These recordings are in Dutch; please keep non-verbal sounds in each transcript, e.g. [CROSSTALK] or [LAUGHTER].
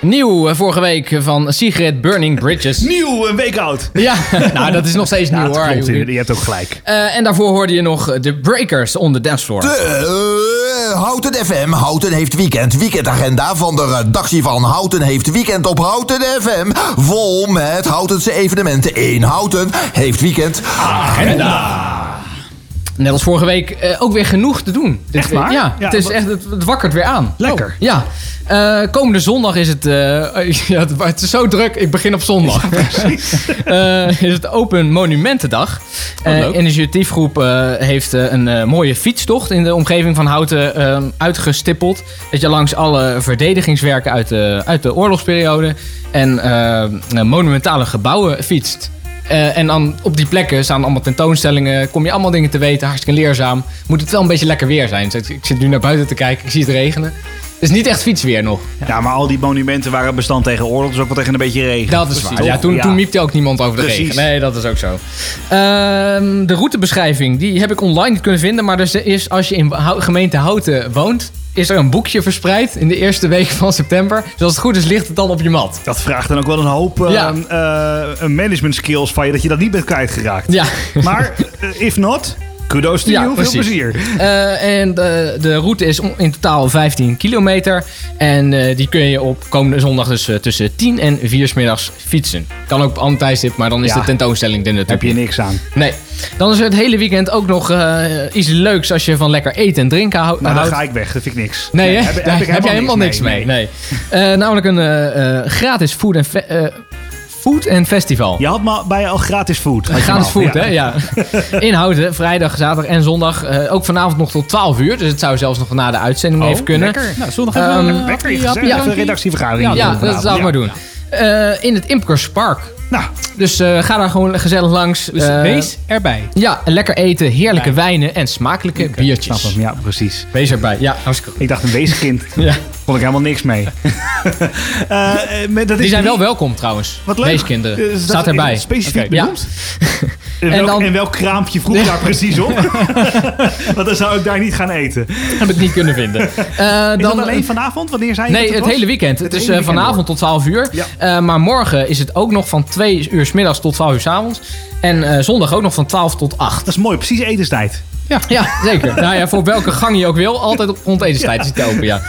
Nieuw eh, vorige week van Sigrid Burning Bridges. Nieuw, een week oud. Ja, [LAUGHS] nou dat is nog steeds nieuw Ja, hoor. dat klopt. Je hebt ook gelijk. Eh, en daarvoor hoorde je nog de Breakers on the Dance Floor. De eh, Houten FM. Houten heeft weekend. Weekendagenda van de redactie van Houten heeft weekend op Houten FM. Vol met Houtense evenementen in Houten heeft weekend. Net als vorige week eh, ook weer genoeg te doen. Dit Echt waar? week. Ja, Ja, het, is wat- echt, het, het wakkert weer aan. Lekker. Oh, ja. Eh, komende zondag is het... eh, [LAUGHS] ja, het, het is zo druk, ik begin op zondag. [LAUGHS] Eh, is het Open Monumentendag. Eh, leuk. initiatiefgroep eh, heeft eh, een eh, mooie fietstocht in de omgeving van Houten eh, uitgestippeld. Dat je langs alle verdedigingswerken uit de, uit de oorlogsperiode en eh, monumentale gebouwen fietst. Eh, en dan op die plekken staan allemaal tentoonstellingen. Kom je allemaal dingen te weten. Hartstikke leerzaam. Moet het wel een beetje lekker weer zijn. Dus Ik ik zit nu naar buiten te kijken. Ik zie het regenen. Het is niet echt fietsweer nog. Ja, maar al die monumenten waren bestand tegen oorlog, dus ook wel tegen een beetje regen. Dat is waar. Precies. Ja, toen, Ja. toen miepte ook niemand over de Precies. regen. Nee, dat is ook zo. Ehm, de routebeschrijving, die heb ik online niet kunnen vinden. Maar dus er is, als je in Hou- gemeente Houten woont, is er een boekje verspreid in de eerste week van september. Dus als het goed is, ligt het dan op je mat. Dat vraagt dan ook wel een hoop eh, Ja. eh, management skills van je, dat je dat niet bent kwijtgeraakt. Ja. Maar, eh, if not, kudos to Ja, you, veel precies. plezier. Eh, en de, de route is om- in totaal 15 kilometer. En eh, die kun je op komende zondag dus eh, tussen 10 en 4 's middags fietsen. Kan ook op andere tijdstip, maar dan is Ja. de tentoonstelling er natuurlijk Heb je niks aan. Nou, Nee. Dan is er het hele weekend ook nog eh, iets leuks als je van lekker eten en drinken hou- Nou, dan houdt. ga ik weg, dat vind ik niks. Nee, hè? heb, heb Daar ik heb jij helemaal niks mee. nee. Nee. Eh, namelijk een eh, eh, gratis food en fe- eh, food en festival. Je had maar bij je al gratis food. Had je Gratis hem al. food, hè? Ja. Inhouden, vrijdag, zaterdag en zondag. Eh, ook vanavond nog tot 12 uur. Dus het zou zelfs nog na de uitzending even kunnen. Nou, zondag hebben we Ehm, een Lekker appie, ingezet. appie, Ja, appie. een redactievergadering. Ja, Ja, dat Vanavond. zou ik maar Ja. doen. Eh, in het Imkerspark. Nou, Dus eh, ga daar gewoon gezellig langs. Dus Eh, wees erbij. Ja, en lekker eten, heerlijke wijnen en smakelijke snap biertjes. hem. Ja, precies. Wees erbij. Ja, hartstikke goed. Ik dacht een [LAUGHS] weeskind. Ja. Vond ik helemaal niks [LAUGHS] mee. Eh, eh, maar dat Die is zijn niet- wel welkom trouwens. Wat leuk. Weeskinderen. Eh, is dat Staat erbij. specifiek Oké, ja. [LAUGHS] benoemd? En, En welk, dan- en welk kraampje vroeg daar precies [LAUGHS] op? [LAUGHS] Want dan zou ik daar niet gaan eten. Is Heb ik niet kunnen vinden. Eh, dan, dan, dat alleen vanavond? Wanneer zei je nee, dat het was? hele weekend. Het, Het is hele eh, weekend vanavond tot 12 uur. Ja. Eh, maar morgen is het ook nog van 2 uur s middags tot 12 uur s avonds. En eh, zondag ook nog van 12 tot 8. Dat is mooi, precies etenstijd. Ja, zeker. [LAUGHS] nou ja, voor welke gang je ook wil, altijd op rond etenstijd is het open, ja.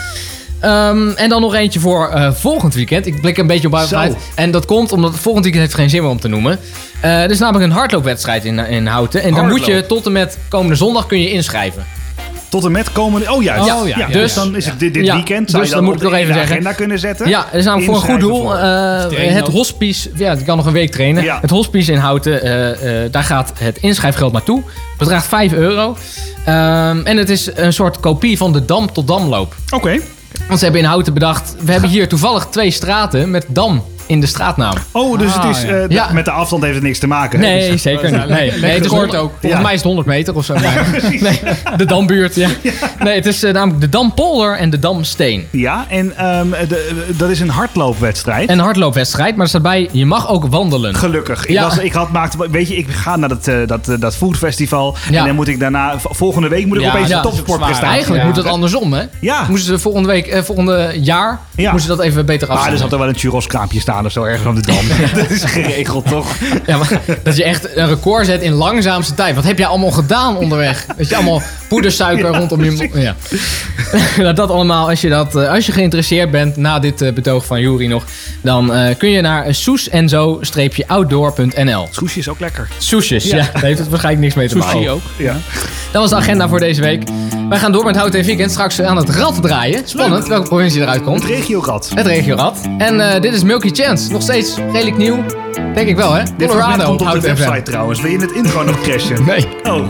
Ehm, en dan nog eentje voor eh, volgend weekend. Ik blik een beetje op buiten Zo. uit. En dat komt omdat volgend weekend heeft geen zin meer om te noemen. Eh er is namelijk een hardloopwedstrijd in, eh, in Houten. En daar moet je Hardloop. tot en met komende zondag kun je inschrijven. Tot en met komende... Oh, juist. Oh, ja. dus Dus- dan is het dit, dit Ja, weekend. Zou dus je dan dat moet ik op nog de even zeggen. agenda kunnen zetten? Ja, er is namelijk voor een goed doel. Inschrijven eh, Trainen het ook. hospice, ja, ik kan nog een week trainen. Ja. Het hospice in Houten, eh, eh, daar gaat het inschrijfgeld naartoe. Bedraagt 5 euro. Ehm, en het is een soort kopie van de Dam tot Damloop. voor. Oké. Want ze hebben in Houten bedacht, we hebben hier toevallig twee straten met Dam in de straatnaam. Oh, dus het is... Ah, eh, Ja. met de afstand heeft het niks te maken. Nee, zeker niet. Nee, nee, het is kort honderd- ook. Volgens Ja. mij is het 100 meter of zo. nee, de Dambuurt, ja. Nee, het is eh, namelijk de Dampolder en de Damsteen. Ja, en ehm, de- dat is een hardloopwedstrijd. En een hardloopwedstrijd, maar er staat bij, je mag ook wandelen. Gelukkig. Ik, Ja. was, ik had maakte, weet je, ik ga naar dat, eh, dat, eh, dat foodfestival. Ja. En dan moet ik daarna, v- volgende week moet ik Ja, opeens ja. een topsportprestatie. Eigenlijk Ja. moet dat andersom, hè? Ja. Moesten ze volgende week, eh, volgende jaar, Ja. Ah, moesten ze dat even beter Maar er afzetten. zat er wel een churroskraampje staan of zo ergens aan de dam. [LAUGHS] dat is geregeld, toch? Ja, maar [LAUGHS] dat je echt een record zet in langzaamste tijd. Wat heb jij allemaal gedaan onderweg? Dat je allemaal poedersuiker rondom je... mo- Ja. [LAUGHS] Nou, dat allemaal, als je, dat, eh, als je geïnteresseerd bent na dit eh, betoog van Jury nog... dan eh, kun je naar soesenzo-outdoor.nl. Koesje is ook lekker. Soesjes, ja. Daar heeft het waarschijnlijk niks mee te maken. Sushi ook. Ja. Dat was de agenda voor deze week. Wij gaan door met Hout en Weekend. Straks aan het rad draaien. Spannend welke provincie eruit komt. Het regiorad. Het regiorad. En eh, dit is Milky Chance. Nog steeds redelijk nieuw. Denk ik wel, hè? Dit fragment komt op de Houten FM. website trouwens. Wil je in het intro nog crashen? Nee. Oh. I get out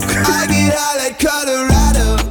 like Colorado.